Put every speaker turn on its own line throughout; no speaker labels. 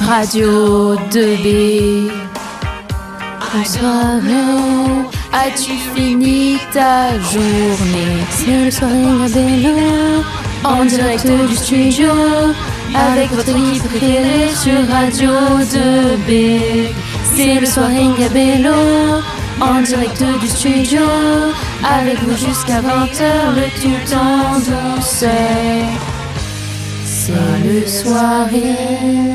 Radio 2B. Bonsoir, as-tu fini ta journée C'est le soir à Bello, en direct du studio, avec votre équipe préférée sur Radio 2B. C'est le soir à Bello, en direct du studio, avec vous jusqu'à 20h, le tout en douceur. C'est le soirée.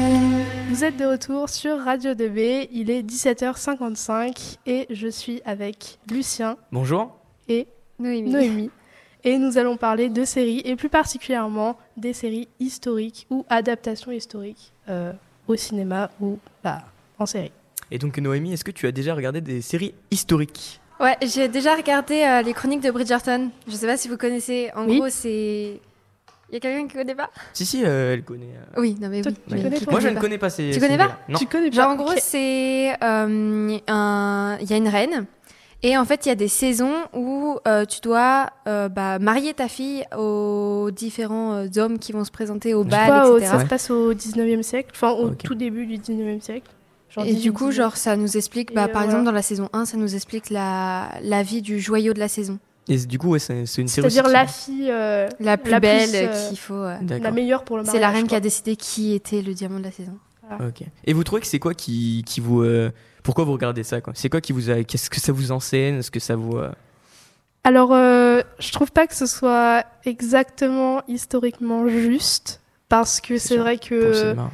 Vous êtes de retour sur Radio 2B, il est 17h55 et je suis avec Lucien
Bonjour.
et
Noémie.
Noémie. Et nous allons parler de séries et plus particulièrement des séries historiques ou adaptations historiques euh, au cinéma ou bah, en série.
Et donc Noémie, est-ce que tu as déjà regardé des séries historiques
Ouais, j'ai déjà regardé euh, les chroniques de Bridgerton. Je sais pas si vous connaissez. En
Oui.
gros, c'est. Il y a quelqu'un qui connaît pas
Si, si, euh, elle connaît. euh,
Oui, non mais
Toi,
oui.
tu
mais
connais
qui
pas
Moi, je
connaît
ne
pas.
connais pas ces.
Tu
ces
connais
nouvelles-là. Non.
Tu connais
Genre
pas
en gros,
Ok.
c'est euh, un, il y a une reine et en fait il y a des saisons où euh, tu dois euh, bah, marier ta fille aux différents euh, hommes qui vont se présenter au
Je
Je
bal,
crois, au-
etc.
ça se passe au 19e siècle, enfin au
Ok.
tout début du 19e siècle. Genre
Et du
18,
coup, genre ça nous explique,
Et,
bah,
euh,
par
voilà.
exemple dans la saison 1, ça nous explique la, la vie du joyau de la saison,
Et c- du coup, ouais, c'est c'est une série.
C'est-à-dire
aussi
la
qui-
fille euh,
la plus
La plus,
belle
euh,
qu'il faut. euh,
la
D'accord.
meilleure pour le mariage.
C'est la reine qui
quoi.
a décidé qui était le diamant de la saison.
Ok. Et vous trouvez que c'est quoi qui, qui vous. euh, pourquoi vous regardez ça quoi C'est quoi qui vous. a- Qu'est-ce que ça vous enseigne Est-ce que ça vous. euh,
Alors, euh, je trouve pas que ce soit exactement historiquement juste, parce que c'est
sûr,
vrai
pour le
que
cinéma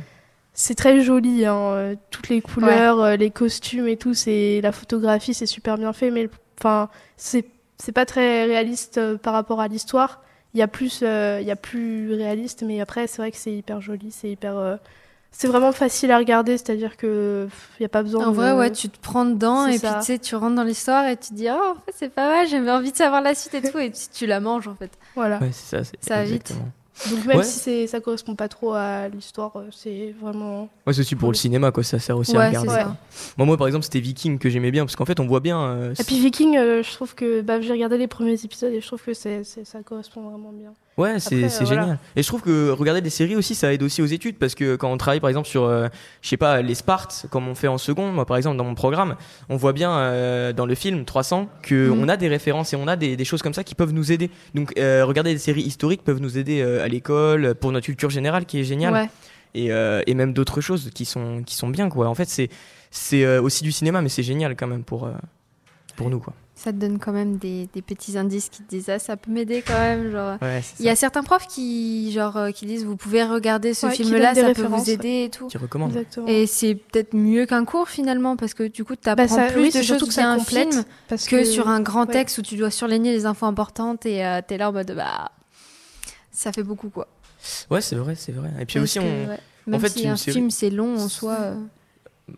c'est très joli, hein, euh, toutes les couleurs, euh, les costumes et tout, c'est la photographie, c'est super bien fait, mais le- enfin, c'est c'est pas très réaliste euh, par rapport à l'histoire. Il y a plus, euh, il y a plus réaliste, mais après c'est vrai que c'est hyper joli, c'est hyper, euh, c'est vraiment facile à regarder, c'est-à-dire que pff, il y a pas besoin.
En
de-
vrai, ouais, tu te prends dedans
Euh, c'est
et
ça.
puis tu sais, tu rentres dans l'histoire et tu te dis, oh, en fait, c'est pas mal, j'avais envie de savoir la suite et tout, et tu, tu la manges en fait.
Voilà.
Ouais, c'est ça. c'est-
Ça va vite.
exactement.
Donc même
Ouais.
si c'est, ça correspond pas trop à l'histoire, euh, c'est vraiment.
Ouais, c'est aussi pour le cinéma, quoi. Ça sert aussi à
ouais, c'est
regarder.
ça.
Moi, moi, par exemple, c'était Viking que j'aimais bien parce qu'en fait, on voit bien. euh,
Et puis Viking, euh, je trouve que bah, j'ai regardé les premiers épisodes et je trouve que c'est, c'est- ça correspond vraiment bien.
Ouais, c'est
Après, euh,
c'est
voilà.
génial. Et je trouve que regarder des séries aussi, ça aide aussi aux études parce que quand on travaille par exemple sur, euh, je sais pas, les Spartes, comme on fait en seconde, moi par exemple dans mon programme, on voit bien euh, dans le film 300 que
Mhm.
on a des références et on a des, des choses comme ça qui peuvent nous aider. Donc euh, regarder des séries historiques peuvent nous aider euh, à l'école pour notre culture générale qui est géniale
Ouais.
et, euh, et même d'autres choses qui sont qui sont bien quoi. En fait, c'est c'est euh, aussi du cinéma, mais c'est génial quand même pour euh, pour nous quoi.
Ça te donne quand même des, des petits indices qui te disent, ah, ça peut m'aider quand même. Genre.
Ouais, c'est
Il y a certains profs qui, genre, euh, qui disent, vous pouvez regarder ce
Ouais, qui
film-là,
donnent des
ça peut
références,
vous aider et tout.
qui recommande.
Exactement. Bah,
Et c'est peut-être mieux qu'un cours finalement, parce que du coup, tu apprends plus de choses via un film
parce
que sur un grand
ouais.
texte où tu dois surligner les infos importantes et euh, t'es là en mode, bah, ça fait beaucoup quoi.
Ouais, c'est vrai, c'est vrai. Et puis
Parce
aussi
que,
on
ouais. Même
fait,
si
une
un
série-
film c'est long en soi. euh,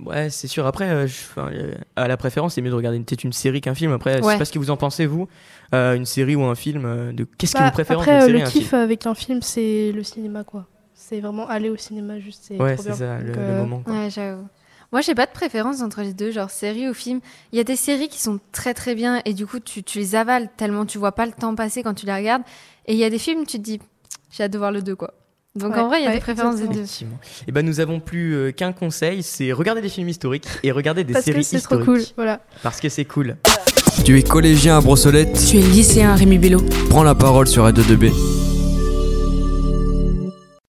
Ouais, c'est sûr. Après, euh, je- enfin, euh, à la préférence, c'est mieux de regarder une- peut-être une série qu'un film. Après, je
Ouais.
sais pas ce que vous en pensez, vous. Euh, une série ou un film euh, de... Qu'est-ce que
Bah,
vous préférez entre
Après,
une
euh,
série et
le
un
kiff
film
avec un film, c'est le cinéma, quoi. C'est vraiment aller au cinéma, juste. C'est
Ouais,
trop
c'est
bien.
ça, le,
Donc,
le
euh,
moment. quoi.
Ouais, j'avoue. Moi, j'ai pas de préférence entre les deux, genre série ou film. Il y a des séries qui sont très très bien et du coup, tu, tu les avales tellement tu vois pas le temps passer quand tu les regardes. Et il y a des films, tu te dis, j'ai hâte de voir le deux quoi. Donc
Ouais,
en vrai, il y a
ouais,
des préférences des deux.
Effectivement. Et ben, nous avons plus euh, qu'un conseil, c'est regarder des films historiques et regarder des
Parce
séries
que c'est trop
historiques.
cool. Voilà.
Parce que c'est cool.
Tu es collégien à Brossolette
Tu es lycéen à Rémi Bello.
Prends la parole sur A22B.